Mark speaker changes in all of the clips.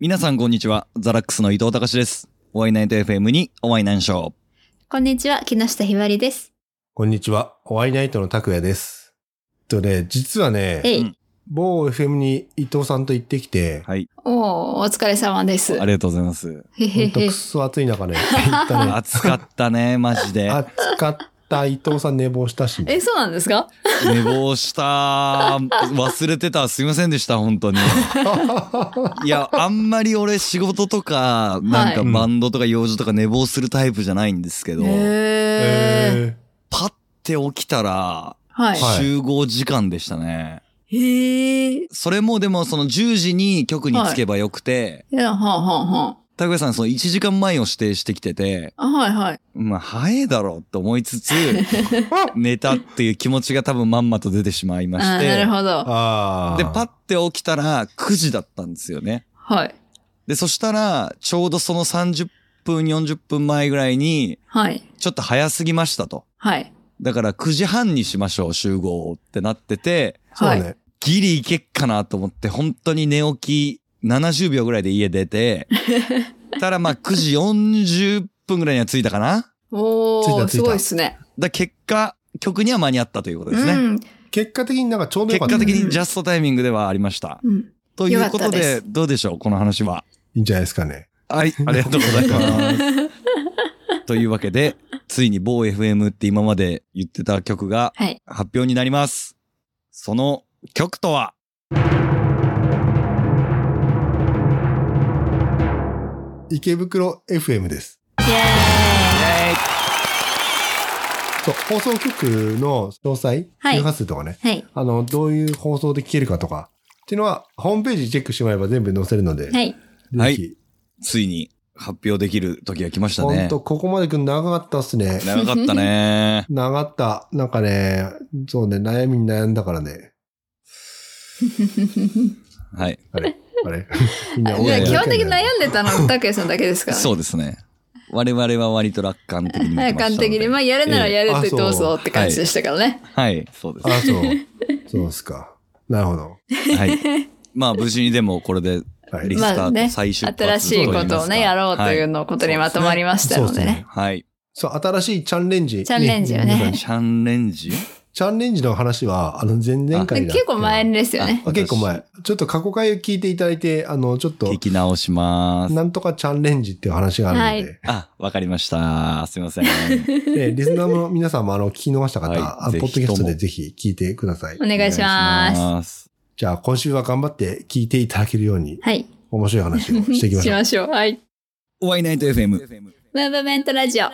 Speaker 1: 皆さんこんにちは。ザラックスの伊藤隆です。ワイナイト FM におワイナンショー。
Speaker 2: こんにちは、木下ひばりです。
Speaker 3: こんにちは。ホワイナイトの拓也です。えっとね、実はね、
Speaker 2: え
Speaker 1: う
Speaker 2: い、
Speaker 1: ん
Speaker 3: 某 FM に伊藤さんと行ってきて、
Speaker 1: はい。
Speaker 2: おー、お疲れ様です。
Speaker 1: ありがとうございます。
Speaker 2: へ
Speaker 3: ほ
Speaker 2: へ
Speaker 3: んと
Speaker 2: へ
Speaker 3: くっ。そ暑 い中ね、行ったね。
Speaker 1: 暑かったね、マジで。
Speaker 3: 暑かった。伊藤さん寝坊したし。
Speaker 2: え、そうなんですか
Speaker 1: 寝坊した。忘れてた。すいませんでした、本当に。いや、あんまり俺仕事とか、なんか
Speaker 3: はい
Speaker 1: バンドとか用事とか寝坊するタイプじゃないんですけど、
Speaker 2: へー。
Speaker 3: え
Speaker 1: パッて起きたら、
Speaker 2: はい。
Speaker 3: はい
Speaker 1: 集合時間でしたね。
Speaker 2: へー。い
Speaker 1: それもでもその10時に局に着けばよくて、
Speaker 2: や、はあ、はあ、は
Speaker 1: 拓也さんその1時間前を指定してきてて、
Speaker 2: あ。あはい、はい。
Speaker 1: まあ、早いだろうって思いつ つ、寝たっていう気持ちが多分まんまと出てしまいま
Speaker 2: あ
Speaker 1: し
Speaker 2: ーな
Speaker 1: て
Speaker 2: る、ほど。
Speaker 3: ああ。
Speaker 1: で、パッて起きたら9時だったんですよね。
Speaker 2: はい。
Speaker 1: で、そしたら、ちょうどその30分、40分前ぐらいに、
Speaker 2: はい。
Speaker 1: ちょっと早すぎましたと。
Speaker 2: はい。
Speaker 1: だから9時半にしましょう、集合をってなってて、
Speaker 3: そう
Speaker 2: はい。
Speaker 3: ね。
Speaker 1: ギリいけっかなと思って、本当に寝起き70秒ぐらいで家出 て、たらまあ9時40分ぐらいには着いたかな。
Speaker 3: 着い
Speaker 2: おー、
Speaker 3: た着いた
Speaker 2: すごいですね。
Speaker 1: だから結果、曲には間に合ったということで
Speaker 2: う
Speaker 1: すね。
Speaker 2: ん。
Speaker 3: 結果的になんかちょうど
Speaker 1: 結
Speaker 3: よかった。
Speaker 1: 果
Speaker 3: い
Speaker 1: 的にジャストタイミングではありました。
Speaker 2: うん。
Speaker 1: というこ
Speaker 2: よか
Speaker 1: と
Speaker 2: った
Speaker 1: で、
Speaker 2: で
Speaker 1: どうでしょうこの話は。
Speaker 3: いんじゃないですかね。
Speaker 1: はい、ありがとうございます。 というわけで、ついに某 FM って今まで言ってた曲が
Speaker 2: はい。
Speaker 1: 発表になります。その曲とは
Speaker 3: 池袋 FM です。
Speaker 2: イエ
Speaker 3: そう、放送局の詳細、
Speaker 2: はい
Speaker 3: 周波数とかね、
Speaker 2: ーイはい。
Speaker 3: あの、どういう放送で聞けるかとか、っていうのは、ホームページチェックしてもらえば全部載せるので、
Speaker 2: はい。
Speaker 1: は
Speaker 3: ぜひ
Speaker 1: い。ついに発表できる時が来ました
Speaker 3: ほ
Speaker 1: ね
Speaker 3: ん。と、ここまでくん長かったっすね。。
Speaker 1: 長かったね
Speaker 3: 長かった。なんかね、そうね、悩みに悩んだからね。
Speaker 1: はい。
Speaker 3: あれあれ みん
Speaker 2: じ
Speaker 3: な
Speaker 2: ゃあ
Speaker 3: 俺
Speaker 2: 基
Speaker 3: だ
Speaker 2: 本
Speaker 3: け
Speaker 2: 的に
Speaker 3: だ
Speaker 2: 悩んでた のは拓也さんだけですからね。
Speaker 1: そうですね。我々は割と楽観的に見てま
Speaker 2: はい、
Speaker 1: したの
Speaker 2: 完
Speaker 1: で。
Speaker 2: 璧に。まあ、やるならやるって
Speaker 3: ええあ
Speaker 2: どう
Speaker 3: そう
Speaker 2: ぞって感じでしたからね。
Speaker 1: はい、そうです。
Speaker 3: あ、そう。そうっすか。なるほど。
Speaker 1: はい。まあ無事にでもこれで
Speaker 3: はい
Speaker 1: リスタ
Speaker 2: まあ
Speaker 1: ー
Speaker 2: ね
Speaker 1: ト最終
Speaker 2: 新しいことをね、やろうという
Speaker 1: の。
Speaker 2: のをことにまとまりましたので
Speaker 3: そうです
Speaker 2: ね
Speaker 3: ね。
Speaker 1: はい。
Speaker 3: そう、新しいチャンレンジ。
Speaker 2: チャンレンジよね
Speaker 3: 皆さん
Speaker 1: チャンレンジ
Speaker 3: チャンレンジの話は、あの、前々
Speaker 2: で
Speaker 3: 回だ
Speaker 2: 結構前ですよね。
Speaker 3: あ結構前。ちょっと過去回を聞いていただいて、あの、ちょっと
Speaker 1: 聞、き直します。
Speaker 3: なんとかチャンレンジっていう話があるので、
Speaker 1: あ、わかりました。すいません。
Speaker 3: でリスナーの皆さんも、あの、聞き逃した方、
Speaker 1: はい
Speaker 3: あ
Speaker 1: ぜ
Speaker 3: ポッ
Speaker 1: ひ
Speaker 3: ドキャストでぜひ聞いてくださ
Speaker 2: お。
Speaker 3: い
Speaker 2: 願いします。
Speaker 1: ます。
Speaker 3: じゃあ、今週は頑張って聞いていただけるように、
Speaker 2: はい。
Speaker 3: 面白い話をしていきまし
Speaker 2: し
Speaker 3: ょう。
Speaker 2: ましょう。はい。
Speaker 1: ワイナイト FM。
Speaker 2: ムーブメントラジオ。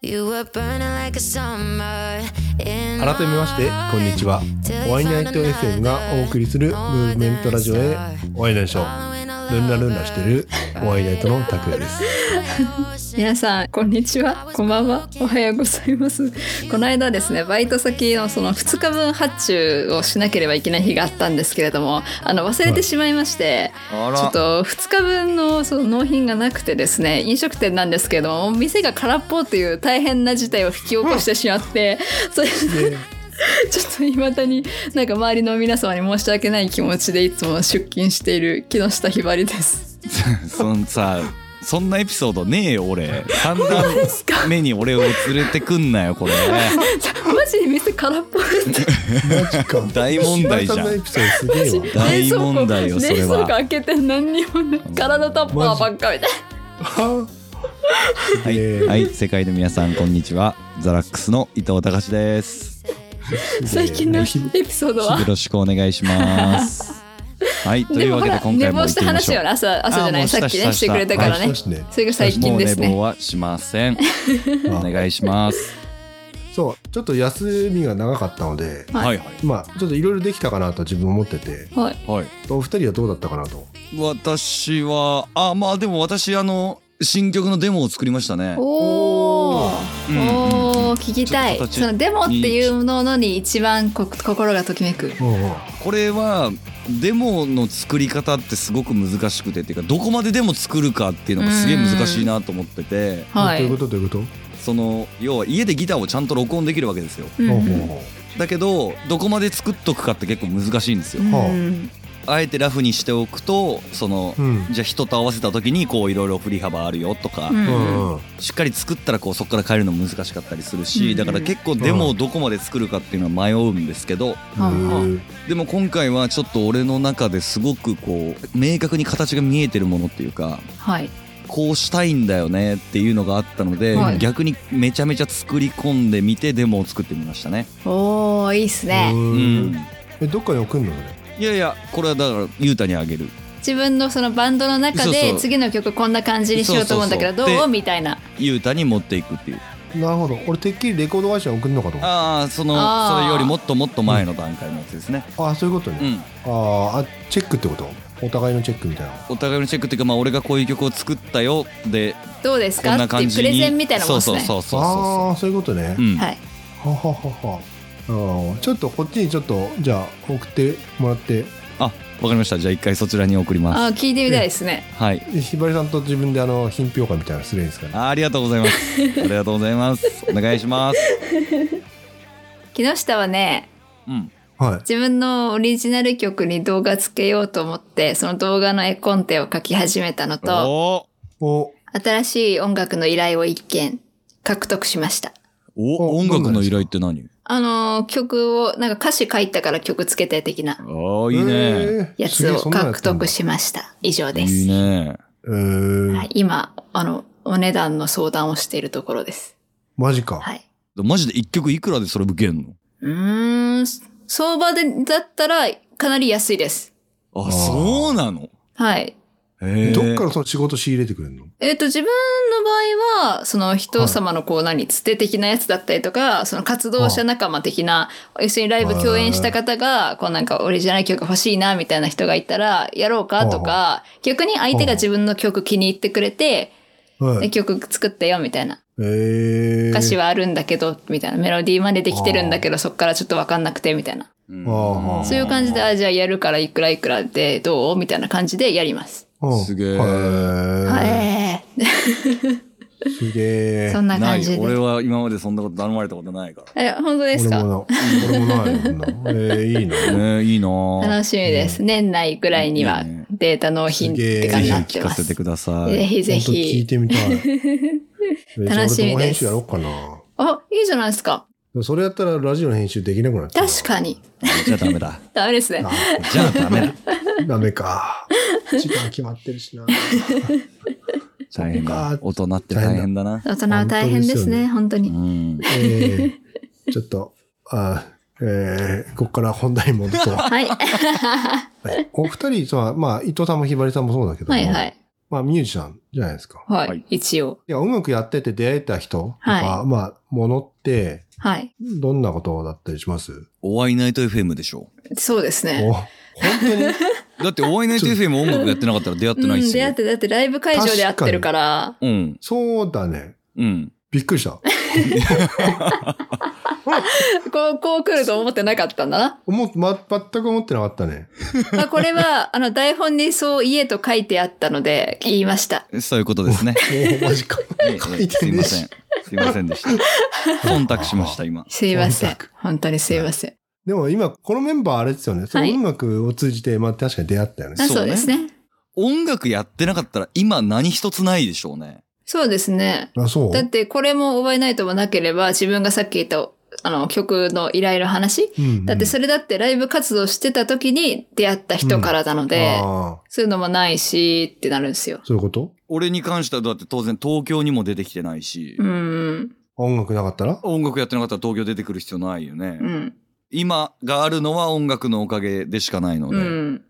Speaker 4: You were burning like a summer
Speaker 3: 改めまして、こんにちは。ワイナイト FM がお送りするムーブメントラジオへお会いでしょう。ルンラルンラしてるお会いナイトの拓也です。
Speaker 2: 皆さん、こんにちは。こんばんは。おはようございます。この間ですね、バイト先のその2日分発注をしなければいけない日があったんですけれども、あの、忘れてしまいまして、
Speaker 1: あ
Speaker 2: ちょ
Speaker 1: ら
Speaker 2: っ。と2日分のその納品がなくてですね飲食店なんですけれども店が空っぽという大変な事態を引き起こしてしまってそれで。 ちょっといまだになんか周りの皆様に申し訳ない気持ちでいつも出勤している木下ひばりです。
Speaker 1: そのさ、そんなエピソードねえよ、俺。三段目に俺を連れてくんなよ、 これ。
Speaker 2: マジで店空っぽですね。
Speaker 3: マジか。
Speaker 1: 大問題じゃん
Speaker 3: 柴田さのエピソードすげえわ。
Speaker 1: 大問題よ、それ
Speaker 2: 冷蔵庫
Speaker 1: は。
Speaker 2: 開けて何にもない体タッパーばっかみたい
Speaker 1: はい、はい、世界の皆さん、こんにちは。ザラックスの伊藤隆です。
Speaker 2: な最近のエピソードは
Speaker 1: よ。ろしくお願いします。はい、と
Speaker 2: で
Speaker 1: いう
Speaker 2: も
Speaker 1: わ
Speaker 2: ほ
Speaker 1: けで
Speaker 2: ら
Speaker 1: 今回
Speaker 2: 寝
Speaker 1: も行
Speaker 2: 坊
Speaker 1: っ
Speaker 2: してた
Speaker 1: みまし
Speaker 2: 話
Speaker 1: ょ
Speaker 2: よね朝朝じゃ
Speaker 1: あも
Speaker 2: な
Speaker 1: う
Speaker 2: い
Speaker 1: した
Speaker 2: さっき
Speaker 1: した
Speaker 2: ね
Speaker 1: し
Speaker 2: したてくれたから
Speaker 3: はい
Speaker 2: ね
Speaker 3: しましたね
Speaker 2: それが最
Speaker 1: う。も
Speaker 2: 近
Speaker 1: う
Speaker 2: で
Speaker 1: 寝
Speaker 2: すね
Speaker 1: 坊はしま せん。お願いします。
Speaker 3: そう、ちょっと休みが長かったので、
Speaker 2: は
Speaker 1: はい
Speaker 3: まあ、ちょっといろいろできたかなと自分思ってて、
Speaker 2: はい
Speaker 1: はい。
Speaker 3: お二人はどうだったかなと。
Speaker 1: 私はあまあでも私あの新曲のデモを作りましたね。
Speaker 2: おお、
Speaker 1: うんうん
Speaker 2: おー聞きたい
Speaker 1: ちょっと形
Speaker 2: そのデモっていうものに一番こ心がときめく
Speaker 3: うんうん
Speaker 1: これはデモの作り方ってすごく難しくてっていうかどこまでデモ作るかっていうのがすげえ難しいなと思ってて、
Speaker 2: はい
Speaker 3: どういうことどういうこと
Speaker 1: その要は家でギターをちゃんと録音できるわけですよ。
Speaker 2: うん
Speaker 3: ほう
Speaker 2: う
Speaker 3: ほうんほう
Speaker 1: だけどどこまで作っとくかって結構難しいんですよ。
Speaker 3: はあ
Speaker 2: うん
Speaker 1: あえてラフにしておくとその、
Speaker 3: うん
Speaker 1: じゃあ人と合わせた時にこういろいろ振り幅あるよとか、
Speaker 2: うん
Speaker 3: うんうん
Speaker 1: しっかり作ったらこうそこから変えるの難しかったりするし、
Speaker 2: うん
Speaker 1: だから結構デモをどこまで作るかっていうのは迷うんですけど
Speaker 2: うん
Speaker 1: でも今回はちょっと俺の中ですごくこう明確に形が見えてるものっていうか
Speaker 2: はい
Speaker 1: こうしたいんだよねっていうのがあったので、
Speaker 2: はい
Speaker 1: 逆にめちゃめちゃ作り込んでみてデモを作ってみましたね。
Speaker 2: おーいいっすね
Speaker 1: う
Speaker 3: うん
Speaker 1: ん、
Speaker 3: えどっかに送るのこ
Speaker 1: いやいやこれはだからゆうたにあげる
Speaker 2: 自分のそのバンドの中
Speaker 1: そう
Speaker 2: で
Speaker 1: そう
Speaker 2: 次の曲こんな感じにしようと思うんだけど
Speaker 1: そうそ
Speaker 2: ど
Speaker 1: うそう
Speaker 2: う
Speaker 1: で
Speaker 2: みたいな
Speaker 1: ゆうたに持っていくっていう
Speaker 3: れなるほど俺てっきりレコード会社に送るのかと思っ
Speaker 1: ああその
Speaker 2: あー
Speaker 1: それよりもっともっと前の段階のやつですね
Speaker 3: たあそういうこと
Speaker 1: うん、
Speaker 3: ねあーあチェックってことお互いのチェックみたいな
Speaker 1: お互いのチェックっていうか、まあ、俺がこういう曲を作ったよで
Speaker 2: どうです
Speaker 1: こ
Speaker 2: か
Speaker 1: んな
Speaker 2: ってい
Speaker 1: 感
Speaker 2: う
Speaker 1: じ
Speaker 2: プ
Speaker 1: に
Speaker 2: レゼンみたいなもん
Speaker 1: そう
Speaker 2: です
Speaker 1: そ
Speaker 2: ね
Speaker 1: うそうそう
Speaker 3: あ
Speaker 1: そ
Speaker 3: あそういうことね
Speaker 1: う、うん
Speaker 2: はい
Speaker 3: はははははあーちょっとこっちにちょっとじゃあ送ってもらって
Speaker 1: あわかりましたじゃあ一回そちらに送りま
Speaker 2: あー聞いてみたいですね
Speaker 1: すはい
Speaker 3: ひばりさんと自分であの品評会みたいなのするんですかね
Speaker 1: あありがとうございます ありがとうございますお願いします
Speaker 2: 木下はね
Speaker 1: うん
Speaker 3: はい
Speaker 2: 自分のオリジナル曲に動画つけようと思ってその動画の絵コンテを書き始めたのと
Speaker 1: お
Speaker 3: お
Speaker 2: 新しい音楽の依頼を一件獲得しました
Speaker 1: ーお
Speaker 3: お
Speaker 1: 音楽の依頼って何
Speaker 2: あのー曲をなんか歌詞書いたから曲つけて的な
Speaker 1: ああいいね
Speaker 3: えー
Speaker 2: や
Speaker 3: す
Speaker 2: つ
Speaker 3: げえ
Speaker 2: を
Speaker 3: そんなのやっ
Speaker 2: 獲
Speaker 3: てんだ
Speaker 2: 得しました以上です
Speaker 1: いいね
Speaker 3: えー
Speaker 2: はい、今あのお値段の相談をしているところです
Speaker 3: マジか、
Speaker 2: はい
Speaker 1: マジで一曲いくらでそれ受けんの
Speaker 2: うーん相場でだったらかなり安いです
Speaker 1: あ
Speaker 3: ー
Speaker 1: そうなの
Speaker 2: はい
Speaker 1: へー
Speaker 3: どっからその仕事仕入れてくれるの
Speaker 2: えっ、と、自分の場合は、その人様のこう何、つて的なやつだったりとか、その活動者仲間的な、一緒にライブ共演した方が、こうなんかオリジナル曲欲しいな、みたいな人がいたら、やろうかとか、逆に相手が自分の曲気に入ってくれて、
Speaker 3: は
Speaker 2: で
Speaker 3: い、
Speaker 2: 曲作ったよ、みたいな。
Speaker 3: えー、
Speaker 2: 歌詞はあるんだけど、みたいな。メロディーまでできてるんだけど、そっからちょっとわかんなくて、みたいな。
Speaker 1: うん
Speaker 3: あー
Speaker 2: そういう感じで、あ、じゃあやるからいくらいくらでどうみたいな感じでやります。
Speaker 3: うん
Speaker 1: すげえ
Speaker 3: へー
Speaker 2: はい。
Speaker 3: すげえ
Speaker 2: そんな感じ
Speaker 1: ない俺
Speaker 2: で。
Speaker 1: は今までそんなこと頼まれたことないか
Speaker 2: え、本当ですか
Speaker 3: 俺もな俺もないこんなえー、いい な
Speaker 1: らねいいなー
Speaker 2: 楽しみです。年内ぐらいにはデータ納品って感
Speaker 1: ぜ
Speaker 2: じ
Speaker 1: ひ
Speaker 2: になって
Speaker 1: 聞か
Speaker 2: ま
Speaker 1: せ
Speaker 2: す。
Speaker 1: て
Speaker 2: ぜ
Speaker 1: ください
Speaker 2: ひぜ
Speaker 3: 本当聞い
Speaker 2: ひ。
Speaker 3: てみ たいえー
Speaker 2: 楽しみです
Speaker 3: じゃあ俺とも編集やろうかな
Speaker 2: あ、いいじゃないですか。
Speaker 3: それやったらラジオの編集できなくなっちゃう
Speaker 2: 確かに。
Speaker 1: じゃあダメだ
Speaker 2: ダメですね。
Speaker 1: じゃあダメだ
Speaker 3: ダメか。時間決まってるしな。
Speaker 1: 大変
Speaker 3: そ
Speaker 1: だ
Speaker 3: っか
Speaker 1: 大人って大変だな
Speaker 2: 大人は大変ですね、本当
Speaker 1: う
Speaker 2: に。
Speaker 1: ん
Speaker 3: えー、ちょっと、あえー、ここから本題に戻 そう。は
Speaker 2: はい。
Speaker 3: いお二人は、まあ、伊藤さんもひばりさんもそうだけども、
Speaker 2: はいはい。
Speaker 3: まあ、ミュージシャンじゃないですか。
Speaker 2: は
Speaker 1: はいい。
Speaker 2: 一応。
Speaker 3: いや、音楽やってて出会えた人とか、
Speaker 2: は
Speaker 3: まあ、ものって、
Speaker 2: はい。
Speaker 3: どんなことだったりします
Speaker 1: お会いナイト FM でしょ
Speaker 2: そうです
Speaker 3: お
Speaker 2: ね。
Speaker 3: 本当 に
Speaker 1: だってお会いナイト FM 音楽やってなかったら出会っ
Speaker 2: う
Speaker 1: てないっ
Speaker 2: ん、
Speaker 1: す
Speaker 2: 出会
Speaker 1: よ
Speaker 2: って、だってライブ会場で会ってるから。
Speaker 1: うん
Speaker 3: そうだね。
Speaker 1: うん
Speaker 3: びっくりした。
Speaker 2: こう、こう来ると思ってなかったんだ な。
Speaker 3: 思っま、全く思ってなかっ たね。
Speaker 2: まあ、これは、あの、台本にそう言えと書いてあったので、言いました。
Speaker 1: そういうことですね
Speaker 3: おマジか。
Speaker 1: ええ
Speaker 3: 書
Speaker 1: ええ
Speaker 3: い
Speaker 1: す
Speaker 3: て
Speaker 1: い
Speaker 3: ねえ
Speaker 1: ま
Speaker 3: し
Speaker 1: せんすいませんでした忖度しました今
Speaker 2: すいませ
Speaker 3: 忖
Speaker 2: ん。本当にすいません。
Speaker 3: でも今、このメンバーあれですよね。その
Speaker 2: はい
Speaker 3: 音楽を通じて、まあ確かに出会ったよね。
Speaker 1: そ
Speaker 2: あ
Speaker 1: うね
Speaker 2: そうですね。
Speaker 1: 音楽やってなかったら今何一つないでしょうね
Speaker 2: そうですね。
Speaker 3: あ、そう
Speaker 2: だってこれも覚えないともなければ自分がさっき言ったあの曲の依頼の話
Speaker 3: うんうん
Speaker 2: だってそれだってライブ活動してた時に出会った人からなので、
Speaker 3: ああ、
Speaker 2: そういうのもないしってなるんですよ。
Speaker 3: そういうこと
Speaker 1: 俺に関してはだって当然東京にも出てきてないし
Speaker 2: うん。
Speaker 3: 音楽なかったら
Speaker 1: 音楽やってなかったら東京出てくる必要ないよね
Speaker 2: うん。
Speaker 1: 今があるのは音楽のおかげでしかないので、
Speaker 2: うん。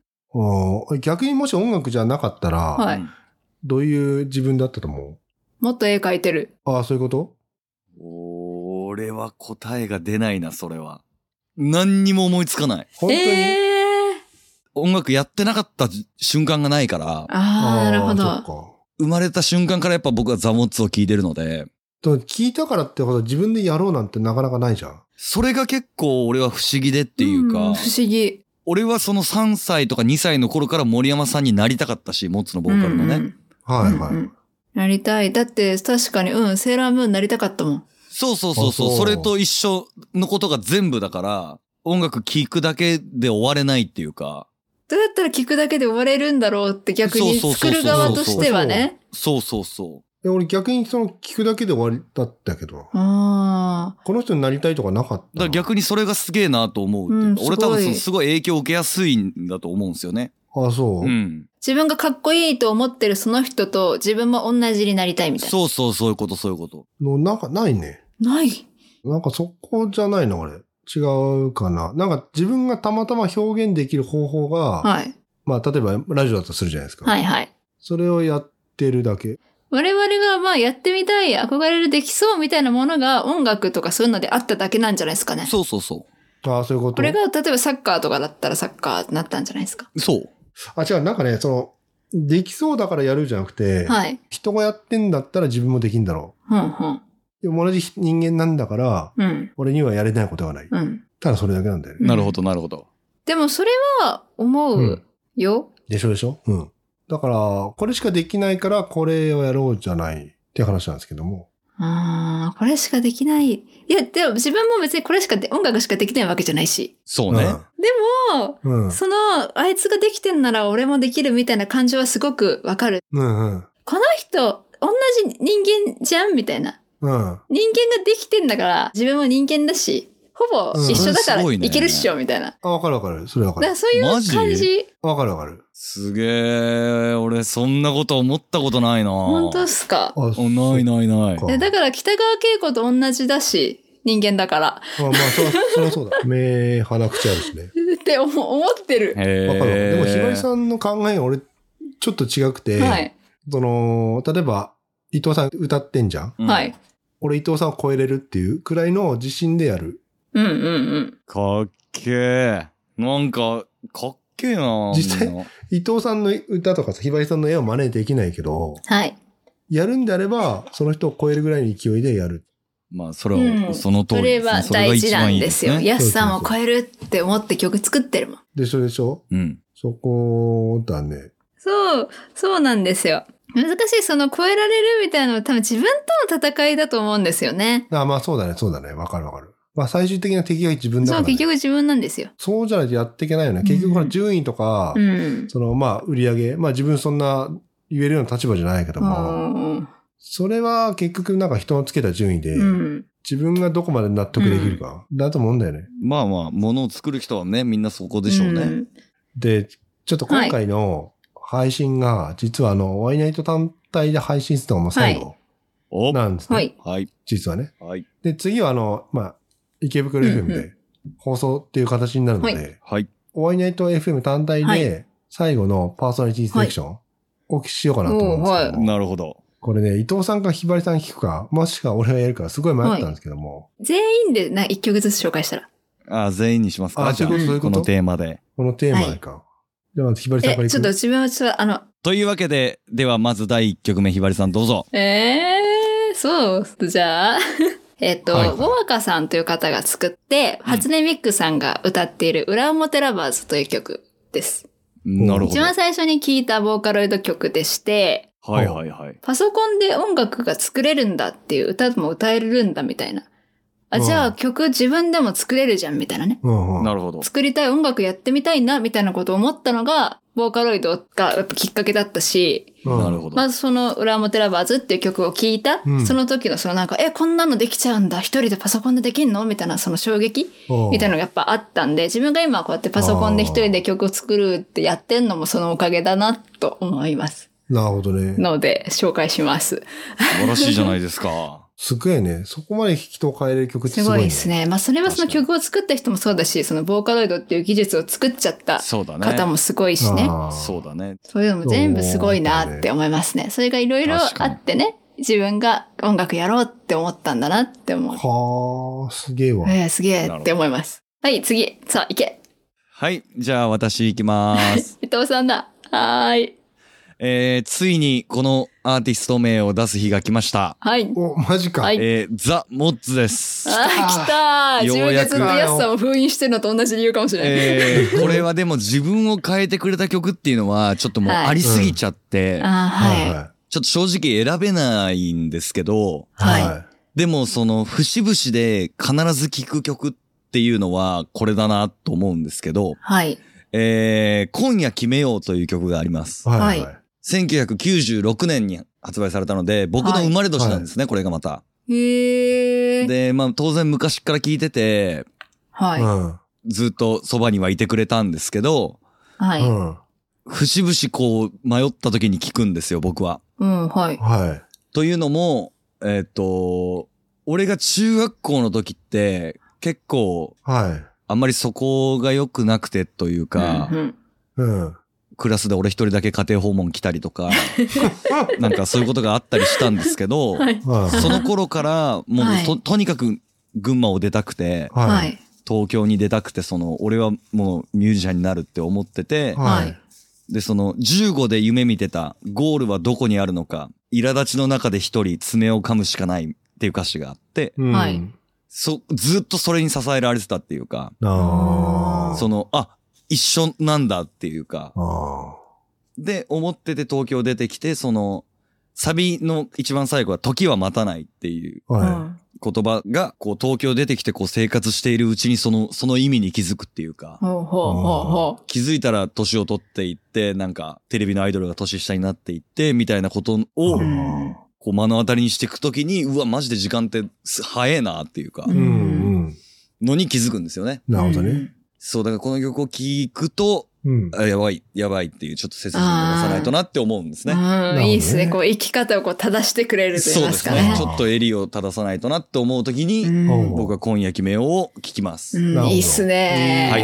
Speaker 3: うん逆にもし音楽じゃなかったら、
Speaker 2: はい
Speaker 1: うん
Speaker 3: どういう自分だったと思
Speaker 2: もっと絵描いてる。
Speaker 3: うああ、そういうこと
Speaker 1: 俺は答えが出ないなそれは何にも思いつかない
Speaker 3: 本当に、
Speaker 2: えー、
Speaker 1: 音楽やってなかった瞬間がないから
Speaker 2: ああ、なるほ
Speaker 3: そっ
Speaker 2: ど。
Speaker 3: か
Speaker 1: 生まれた瞬間からやっぱ僕はザ・モッツを聴いてるので
Speaker 3: だから聞いたからってことは自分でやろうなんてなかなかないじゃん。
Speaker 1: それが結構俺は不思議でっていうか、
Speaker 2: ん不思議。
Speaker 1: 俺はその3歳とか2歳の頃から森山さんになりたかったしモッツのボーカルのね、
Speaker 2: うんうん
Speaker 3: はいはい。
Speaker 2: うんうんなりたい。だって確かに、うん、セーラームーンなりたかったもん。
Speaker 1: そうそうそうそう
Speaker 3: あそう
Speaker 1: それと一緒のことが全部だから音楽聴くだけで終われないっていうか
Speaker 2: どうやったら聞くだけで終われるんだろうって逆に
Speaker 1: そうそうそうそう
Speaker 2: 作る側としてはね。
Speaker 1: そうそうそ
Speaker 3: で俺逆にその聞くだけで終わりだったけど、
Speaker 2: ああ。
Speaker 3: この人になりたいとかなかっ
Speaker 1: う。だ
Speaker 3: たな。
Speaker 1: から逆にそれがすげえなと思うっていうか。
Speaker 2: うん
Speaker 1: 俺多分そ
Speaker 2: すご
Speaker 1: の
Speaker 2: い
Speaker 1: すごい影響を受けやすいんだと思うんですよね。
Speaker 3: あ、そう。
Speaker 1: うん。
Speaker 2: 自分がかっこいいと思ってるその人と自分も同じになりたいみたい
Speaker 1: そうそうそういうことそういうこと。
Speaker 3: のなんかないね。
Speaker 2: な。ない。
Speaker 3: なんかそこじゃないの、俺。違うかな。なんか自分がたまたま表現できる方法が、
Speaker 2: はい。
Speaker 3: まあ例えばラジオだとするじゃないですか。
Speaker 2: はいはい。
Speaker 3: それをやってるだけ。
Speaker 2: 我々がまあやってみたい、憧れるできそうみたいなものが音楽とかそういうのであっただけなんじゃないですかね。
Speaker 1: そうそうそ
Speaker 3: ああ、そういうこと。
Speaker 2: これが例えばサッカーとかだったらサッカーってなったんじゃないですか。
Speaker 1: う。そう。
Speaker 3: あ、違う、なんかね、その、できそうだからやるじゃなくて、
Speaker 2: はい。
Speaker 3: 人がやってんだったら自分もできんだろ
Speaker 2: うんうん。
Speaker 3: う。でも同じ人間なんだから、
Speaker 2: うん。
Speaker 3: 俺にはやれないことはない。
Speaker 2: うん。
Speaker 3: ただそれだけなんだよね。
Speaker 2: うん
Speaker 1: なるほどなるほど。
Speaker 2: でもそれは思うよ。
Speaker 3: でしょでしょうん。だから、これしかできないから、これをやろうじゃないって話なんですけども。
Speaker 2: ああ、これしかできない。いや、でも自分も別にこれしかで、音楽しかできないわけじゃないし。
Speaker 1: そうね。
Speaker 2: も
Speaker 3: うん。うん
Speaker 2: う、。その、あいつができてんなら俺もできるみたいな感情はすごくわかる。
Speaker 3: うんうん。
Speaker 2: この人、同じ人間じゃんみたいな。
Speaker 3: うん。
Speaker 2: 人間ができてんだから、自分も人間だし、ほぼ一緒だから
Speaker 1: うんそれすごいね
Speaker 2: いけるっしょ、みたいな。
Speaker 3: あ、わかるわかる。それわか
Speaker 2: だから
Speaker 3: る。
Speaker 2: そういう
Speaker 1: マ
Speaker 2: 感
Speaker 1: ジ
Speaker 2: じ。
Speaker 3: わかるわかる。
Speaker 1: すげえ。俺そんなこと思ったことないな。
Speaker 2: 本当っすか。
Speaker 3: あ、
Speaker 1: あないないない。
Speaker 3: か
Speaker 2: いやだから北川景子と同じだし、人間だから。
Speaker 3: あまあ、そりゃそり ゃそうだ。目、鼻、口あるしね。
Speaker 2: って思思ってる。
Speaker 1: へ
Speaker 3: わかるわかる。でも、ひばり
Speaker 1: ん。
Speaker 3: さんの考えが俺、ちょっと違くて、
Speaker 2: はい。
Speaker 3: その、例えば、伊藤さん歌ってんじゃん
Speaker 1: うん
Speaker 2: はい。。
Speaker 3: 俺伊藤さんを超えれるっていうくらいの自信でやる。
Speaker 2: うんうんうん。
Speaker 1: かっけえ。なんか、かっけえな
Speaker 3: 実際
Speaker 1: みんな
Speaker 3: 伊藤さんの歌とかさ、ひばりさんの絵を真似できないけど、
Speaker 2: はい。
Speaker 3: やるんであれば、その人を超えるぐらいの勢いでやる。
Speaker 1: まあ、それ
Speaker 2: う
Speaker 1: は、
Speaker 2: ん
Speaker 1: その通
Speaker 2: そ
Speaker 1: りで
Speaker 2: れ
Speaker 1: すね。
Speaker 2: は大事なんですよ。
Speaker 1: それが一番いいで
Speaker 2: ヤスさんを超えるって思って曲作ってるもん。
Speaker 3: でしょでしょ
Speaker 1: すねうん。
Speaker 3: そこだね。
Speaker 2: そう、そうなんですよ。難しい、その超えられるみたいなのは多分自分との戦いだと思うんですよね。
Speaker 3: あまあそうだね、そうだね。わかるわかる。まあ最終的な敵が自分だか
Speaker 2: そ
Speaker 3: ら
Speaker 2: う、
Speaker 3: ね、
Speaker 2: 結局自分なんですよ。
Speaker 3: そうじゃないとやっていけないよね。結局ほら順位とか、
Speaker 2: うん。
Speaker 3: そのまあ売り上げ、まあ自分そんな言えるような立場じゃないけども、
Speaker 2: うん
Speaker 3: それは結局なんか人のつけた順位で、
Speaker 2: うん。
Speaker 3: 自分がどこまで納得できるか、だと思うんだよね。
Speaker 1: まあまあ、ものを作る人はね、みんなそこでしょうね。
Speaker 2: ん
Speaker 3: で、ちょっと今回の配信が、実はあの、ワイナイト単体で配信するのがもう最後
Speaker 1: おは
Speaker 3: なんですね。
Speaker 2: はい。
Speaker 1: い。
Speaker 3: 実はね。
Speaker 1: はい。
Speaker 3: で、次はあの、まあ、池袋
Speaker 2: うんうん
Speaker 3: FM で放送っていう形になるので、
Speaker 2: は
Speaker 1: はい。
Speaker 3: おワイナイト FM 単体
Speaker 2: は
Speaker 3: で最後のパーソナリティセレクションをしようかなと思うんですけども、
Speaker 1: なるほど。
Speaker 3: これね、伊藤さんかひばりさん聞くか、もしくは俺がやるか、すごい迷ったんですけども、
Speaker 2: 全員でな一曲ずつ紹介したら。
Speaker 1: ああ、全員にしますか
Speaker 3: あ
Speaker 1: じゃあ
Speaker 3: そういうことそういうこ
Speaker 1: ことのテーマで。
Speaker 3: このテーマでか。じゃあまずひばりさん
Speaker 2: え
Speaker 3: から、い
Speaker 2: ちょっ
Speaker 3: く
Speaker 2: と自分はちょっとあの、
Speaker 1: というわけで、ではまず第1曲目、ひばりさんどうぞ。
Speaker 2: ええそう。じゃあ。 えっと、
Speaker 3: はい
Speaker 2: ウォワカさんという方が作って、初音ミックさんが歌っている裏表ラバーズという曲です。
Speaker 1: なるほ
Speaker 2: 一
Speaker 1: ど。
Speaker 2: 番最初に聴いたボーカロイド曲でして、
Speaker 1: はいはいはい。
Speaker 2: パソコンで音楽が作れるんだっていう歌も歌えるんだみたいな。あ、
Speaker 3: うん
Speaker 2: じゃあ曲自分でも作れるじゃんみたいなね。
Speaker 3: うんうん
Speaker 1: なるほど。
Speaker 2: 作りたい音楽やってみたいなみたいなことを思ったのが、ボーカロイドがやっぱきっかけだったし、
Speaker 3: うん
Speaker 1: なるほど。
Speaker 2: まずその「裏表ラバーズ」っていう曲を聴いた、
Speaker 3: うん
Speaker 2: その時のそのなんか「えこんなのできちゃうんだ一人でパソコンでできんの?」みたいなその衝撃
Speaker 3: うん
Speaker 2: みたいなのがやっぱあったんで自分が今こうやってパソコンで一人で曲を作るってやってんのもそのおかげだなと思います
Speaker 3: なるほどね。
Speaker 2: ので紹介します
Speaker 1: 素晴らしいじゃないですか。
Speaker 3: すごいね。そこまで人を変えれる曲って
Speaker 2: す
Speaker 3: すご
Speaker 2: ご
Speaker 3: い
Speaker 2: い
Speaker 3: ね。
Speaker 2: ですねまあそれはその
Speaker 1: 確かに
Speaker 2: 曲を作った人もそうだしそのボーカロイドっていう技術を作っちゃった
Speaker 1: そうだね。
Speaker 2: 方もすごいしね
Speaker 3: あー
Speaker 1: そうだね。
Speaker 2: そういうのも全部すごいなって思いますねそれがいろいろあってね自分が音楽やろうって思ったんだなって思う
Speaker 3: はあ、すげえわ。
Speaker 2: えー、すげえ
Speaker 1: なるほど
Speaker 2: って思います。はい、次。さあ、行け。
Speaker 1: はい。じゃあ私行きます。
Speaker 2: 伊藤さんだ。はーい。
Speaker 1: えー、ついにこのアーティスト名を出す日が来ました。
Speaker 2: はい。
Speaker 3: お、マジか。
Speaker 2: はい
Speaker 1: えー、ザ・モッツです。
Speaker 2: あー、来たー。自
Speaker 1: よう
Speaker 2: 分
Speaker 1: や
Speaker 2: が
Speaker 1: く
Speaker 2: ずっと安さんを封印してるのと同じ理由かもしれない。
Speaker 1: えー、これはでも自分を変えてくれた曲っていうのはちょっともう
Speaker 2: はい
Speaker 1: ありすぎちゃって、
Speaker 2: あー、はい。
Speaker 3: い。
Speaker 1: ちょっと正直選べないんですけど、
Speaker 2: はい
Speaker 1: でもその節々で必ず聴く曲っていうのはこれだなと思うんですけど、
Speaker 2: はい。
Speaker 1: えー、今夜決めようという曲があります。
Speaker 3: はい、
Speaker 2: は
Speaker 3: はい。
Speaker 1: 1996年に発売されたので、僕の生まれ年なんですね、これがまた。
Speaker 2: へえ。
Speaker 1: で、まあ当然昔から聴いてて、
Speaker 2: はい。
Speaker 3: うん。
Speaker 1: ずっとそばにはいてくれたんですけど、
Speaker 2: はい。
Speaker 3: うん。
Speaker 1: 節々こう迷った時に聞くんですよ、僕は。
Speaker 2: うん、はい。
Speaker 3: はい。
Speaker 1: というのも、えっ、と、俺が中学校の時って、結構、
Speaker 3: はい。
Speaker 1: あんまりそこが良くなくてというか
Speaker 2: う、ん
Speaker 3: うん。
Speaker 1: クラスで俺一人だけ家庭訪問来たりと か、なんかそういうことがあったりしたんですけど、
Speaker 2: うんはい。
Speaker 3: はい。
Speaker 1: その頃から、もう
Speaker 2: はい
Speaker 1: と、とにかく群馬を出たくて、
Speaker 2: は
Speaker 3: はいい。。
Speaker 1: 東京に出たくて、その、俺はもうミュージシャンになるって思ってて、
Speaker 2: はい
Speaker 3: はい。
Speaker 1: で、その、15で夢見てた、ゴールはどこにあるのか、苛立ちの中で一人爪を噛むしかないっていう歌詞があって、
Speaker 3: うん
Speaker 2: はい。
Speaker 1: そ、ずっとそれに支えられてたっていうか、
Speaker 3: ああ。
Speaker 1: その、あ、一緒なんだっていうか、
Speaker 3: あ
Speaker 1: で、思ってて東京出てきて、その、サビの一番最後は、時は待たないっていう
Speaker 3: あ。は
Speaker 1: 言葉が、こう、東京出てきて、こう、生活しているうちに、その、その意味に気づくっていうか
Speaker 2: い。、ほうほうほうほ
Speaker 1: 気づいたら年を取っていって、なんか、テレビのアイドルが年下になっていって、みたいなことを、
Speaker 2: う。
Speaker 3: う
Speaker 2: うんん。
Speaker 1: こう、目の当たりにしていくときに、うわ、マジで時間ってす、早えなっていうか
Speaker 2: う
Speaker 3: い。、うんうん。
Speaker 1: のに気づくんですよね。
Speaker 3: なるほどね。
Speaker 1: そう、だからこの曲を聴くと、
Speaker 3: うん。
Speaker 1: あやばい、やばいっていう、ちょっと背筋を伸ばさないとなって思うんですね。
Speaker 2: うん、
Speaker 3: ね
Speaker 2: いいですね。こう、生き方をこう、正してくれると言い
Speaker 1: そう
Speaker 2: ま
Speaker 1: ですす
Speaker 2: か
Speaker 1: ね
Speaker 2: ね。。
Speaker 1: ちょっと襟を正さないとなって思うときに、
Speaker 2: うん
Speaker 1: 僕は今夜決めようを聞きます。
Speaker 2: うん
Speaker 3: なるほど
Speaker 2: いいっすね。
Speaker 1: はい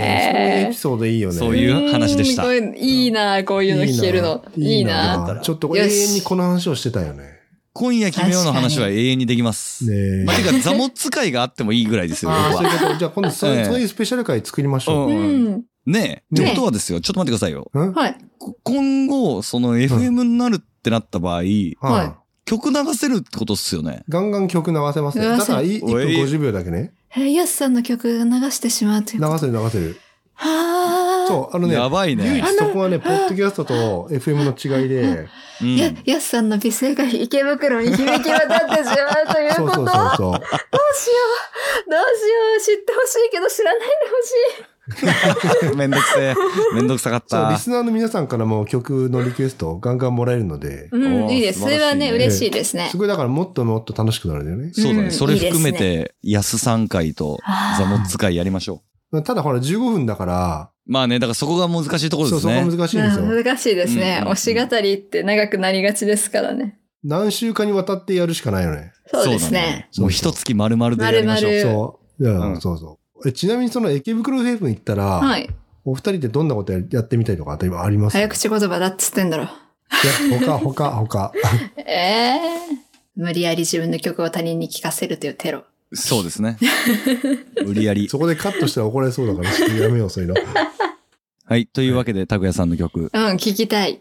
Speaker 3: エピソードいいよね。
Speaker 1: そういう話でした
Speaker 2: うんこれいいな、こういうの聞けるの。いいな。
Speaker 3: ちょっと永遠にこの話をしてたよね。
Speaker 1: 今夜決めようの話は永遠にできます。
Speaker 3: ね
Speaker 1: まあ、てか、ザモ使いがあってもいいぐらいですよ、
Speaker 3: ああ、
Speaker 1: 僕
Speaker 3: そう
Speaker 1: は。
Speaker 3: いうこと。じゃあ今度そう
Speaker 1: ええ
Speaker 3: そういうスペシャル会作りましょ
Speaker 2: う
Speaker 3: う。
Speaker 1: うん
Speaker 2: ん。
Speaker 1: ねえ。
Speaker 3: ね
Speaker 1: ってことはですよ、ちょっと待ってくださいよ。
Speaker 3: うん
Speaker 2: はい。
Speaker 1: こ今後、その FM になるってなった場合、
Speaker 2: はい
Speaker 1: 曲流せるってことっすよね。
Speaker 3: ガンガン曲流せますね。
Speaker 2: 流せる
Speaker 3: だから1分50秒だけね。
Speaker 2: えー、ヤスさんの曲が流してしまうという
Speaker 3: 流
Speaker 2: こと。
Speaker 3: せる流せる。
Speaker 2: はあ。
Speaker 3: そう、あのね、
Speaker 1: やばい
Speaker 3: 唯
Speaker 1: ね。
Speaker 3: 一そこはね、ポッドキャストと FM の違いで、
Speaker 1: うん
Speaker 2: や、ヤスさんの美声が池袋に響き渡ってしまうというこ
Speaker 3: そ
Speaker 2: と。
Speaker 3: うそう
Speaker 2: どうし
Speaker 3: そうそ
Speaker 2: よ
Speaker 3: う。
Speaker 2: う。どうしよう。知ってほしいけど知らないでほしい。
Speaker 1: めんどくせえ。めんどくさかっ
Speaker 3: そう、リ
Speaker 1: た。
Speaker 3: スナーの皆さんからも曲のリクエストをガンガンもらえるので、
Speaker 2: うん、
Speaker 1: おー
Speaker 2: いいです。それはね、
Speaker 1: 素晴ら
Speaker 2: 嬉
Speaker 3: しい
Speaker 2: しい
Speaker 3: ね
Speaker 2: ですね
Speaker 3: す。ごいだからもっともっと楽しくなるんだよね。
Speaker 1: そうだ
Speaker 2: うん
Speaker 1: ね。それ含め
Speaker 2: い
Speaker 1: て、安さん会と
Speaker 2: あー
Speaker 1: ザモ使いやりましょ
Speaker 3: ただほら15分だから、
Speaker 1: う。まあね、だからそこが難しいところ
Speaker 3: そ
Speaker 1: で
Speaker 3: う、
Speaker 1: す
Speaker 3: そこ
Speaker 1: ね
Speaker 3: は。難しいんですよ。
Speaker 2: 難しいですね
Speaker 1: う。ん
Speaker 2: 推し語りって長くなりがちですからね。
Speaker 3: 何週間にわたってやるしかないよね。
Speaker 2: そうですね。
Speaker 1: そうだもう一月丸々でやりましょう。
Speaker 2: 丸々
Speaker 3: そう。いや
Speaker 1: うん
Speaker 3: そうそう。えちなみにその池袋フェイブン行ったら、
Speaker 2: はい。
Speaker 3: お二人でどんなことややってみたいとか例えばあります
Speaker 2: 早口言葉だっつってんだろ。
Speaker 3: いや他、他、他。
Speaker 2: ええ無理やり自分の曲を他人に聴かせるというテロ。
Speaker 1: そうです ね。無理やり。
Speaker 3: そこでカットしたら怒られそうだから、ちょっとやめよう、そういうの。
Speaker 1: はい。というわけで、拓也さんの曲。
Speaker 2: うん、聴きたい。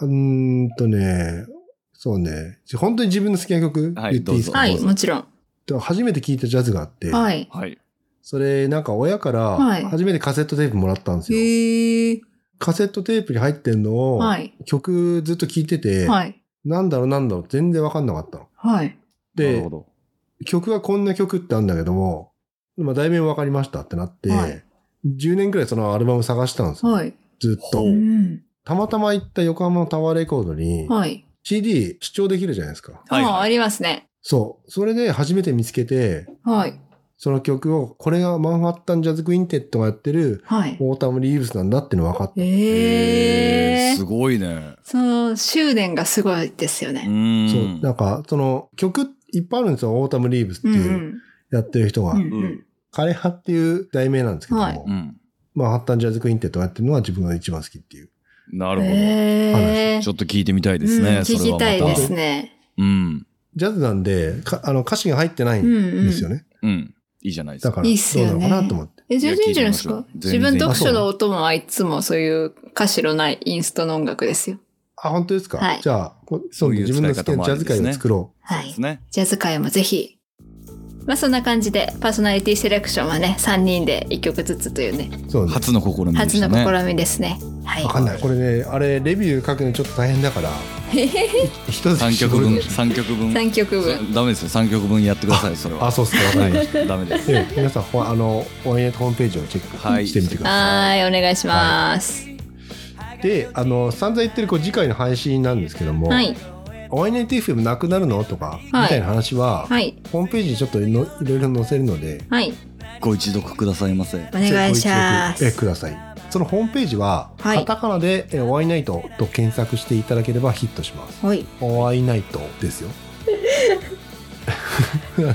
Speaker 3: うーんとね、そうね。本当に自分の好きな曲
Speaker 1: はい
Speaker 3: 言っていいですか、
Speaker 2: はい、
Speaker 1: どうぞ
Speaker 2: もちろん。
Speaker 3: で初めて聴いたジャズがあって、
Speaker 2: はい。
Speaker 1: はい。
Speaker 3: それなんか親から
Speaker 2: はい
Speaker 3: 初めてカセットテープもらったんですよ。
Speaker 2: へえ。
Speaker 3: カセットテープに入ってんのを、
Speaker 2: はい。
Speaker 3: 曲ずっと聴いてて、
Speaker 2: はい。
Speaker 3: なんだろうなんだろう全然わかんなかったの。
Speaker 2: はい。
Speaker 1: なる
Speaker 3: で
Speaker 1: ほ、ど。
Speaker 3: 曲はこんな曲ってあるんだけども、まあ、題名わかりましたってなって、
Speaker 2: はい
Speaker 3: 10年くらいそのアルバム探したんですよ。
Speaker 2: はい。
Speaker 3: ずっと
Speaker 2: う。ん。
Speaker 3: たまたま行った横浜のタワーレコードに
Speaker 2: はい。
Speaker 3: CD 視聴できるじゃないですか。
Speaker 1: はい
Speaker 2: ああ、ありますね。
Speaker 3: そう。それで初めて見つけて、
Speaker 2: はい。
Speaker 3: その曲を、これがマンハッタンジャズクインテッドがやってる
Speaker 2: はい。
Speaker 3: オータム・リーブスなんだっていうの分かった。
Speaker 2: ええ
Speaker 1: すごいね。
Speaker 2: その執念がすごいですよ
Speaker 1: う
Speaker 2: ね。
Speaker 1: ー
Speaker 3: そう。
Speaker 1: ん。
Speaker 3: なんか、その曲いっぱいあるんですよ。オータム・リーブスって
Speaker 2: うんう。
Speaker 3: いうんやってる人が
Speaker 2: う。ん
Speaker 3: 枯葉っていう題名なんですけど
Speaker 2: はい
Speaker 3: も
Speaker 1: う、ん。
Speaker 3: マンハッタンジャズクインテッドがやってるのが自分が一番好きっていう。
Speaker 1: な
Speaker 2: な
Speaker 1: るほど。
Speaker 2: え
Speaker 1: ちょっと聞いてみたいですね。
Speaker 2: うん
Speaker 1: それ
Speaker 2: 聞き
Speaker 1: はま
Speaker 2: たいで
Speaker 1: た
Speaker 2: すね。
Speaker 1: うん。
Speaker 3: ジャズなんで、かあの歌詞が入ってない
Speaker 2: うんん
Speaker 3: ですよ
Speaker 2: ね。
Speaker 3: ね。
Speaker 1: うん。いいじゃないです
Speaker 3: だ
Speaker 1: か。
Speaker 3: から、
Speaker 2: いい
Speaker 3: ど
Speaker 2: っす
Speaker 3: う
Speaker 2: よね
Speaker 3: なのかなと思って。
Speaker 2: え、全然いいんじゃないです
Speaker 1: いや
Speaker 2: か
Speaker 1: 聞いてみましょう
Speaker 2: 自分読書の音もあいつもそういう歌詞のないインストの音楽ですよ。
Speaker 3: あ、本当ですか、
Speaker 2: はい
Speaker 3: じゃあ、こ
Speaker 1: そういう
Speaker 3: 自分の好きなジャズ界を作ろう。
Speaker 2: は
Speaker 1: で
Speaker 2: い
Speaker 1: す。ね。
Speaker 2: ジャズ界もぜひ。まあそんな感じでパーソナリティセレクションはね3人で1曲ずつというね
Speaker 3: そうね
Speaker 1: 初の試みで
Speaker 2: 初
Speaker 1: した
Speaker 2: の
Speaker 1: ね。
Speaker 2: 試みですね。はい
Speaker 3: わかんないこれねあれレビュー書くのちょっと大変 だから一つ
Speaker 1: 三曲分、三曲分。
Speaker 2: 3曲分
Speaker 1: ダメですよ。三曲分やってください。それは。
Speaker 3: あそうっすねわかりまし
Speaker 1: はいダメです。
Speaker 3: た、ええ皆さんほあのワイナイトホームページをチェッ
Speaker 1: は
Speaker 3: ク
Speaker 1: い
Speaker 3: してみてください、
Speaker 2: はーいお願いします。
Speaker 3: であの散々言ってるこう次回の配信なんですけども、
Speaker 2: はい
Speaker 3: ワイナイト FM なくなるのとか、みたいな話は、
Speaker 2: はい
Speaker 3: ホームページにちょっとのいろいろ載せるので
Speaker 2: はい
Speaker 1: ご一読くださいませ。
Speaker 2: お願いしま
Speaker 3: ご一読え
Speaker 2: す。
Speaker 3: くださいそのホームページは、
Speaker 2: はい
Speaker 3: カタカナで「えワイナイト」と検索していただければヒットします
Speaker 2: はい
Speaker 3: ワイナイトですよ なんだ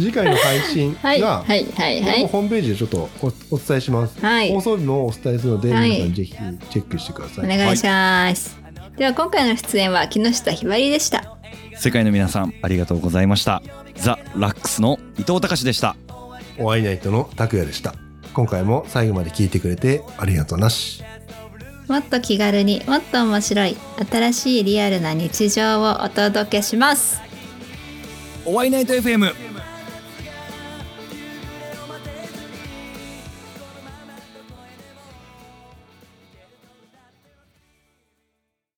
Speaker 3: 次回の配信が、
Speaker 2: はいはいはいは
Speaker 3: ここ
Speaker 2: い
Speaker 3: ホームページでちょっとおお伝えします、
Speaker 2: はい
Speaker 3: 放送日もお伝えするので、
Speaker 2: はい
Speaker 3: 皆さんぜひチェックしてくださ
Speaker 2: お
Speaker 3: い、
Speaker 2: 願いします。では今回の出演は木下ひばりでした。
Speaker 1: 世界の皆さん、ありがとうございました。ザ・ラックスの伊藤隆でした。
Speaker 3: ワイナイトの拓也でした今回も最後まで聞いてくれてありがとうなし
Speaker 2: もっと気軽にもっと面白い新しいリアルな日常をお届けします
Speaker 1: おワイナイト FM。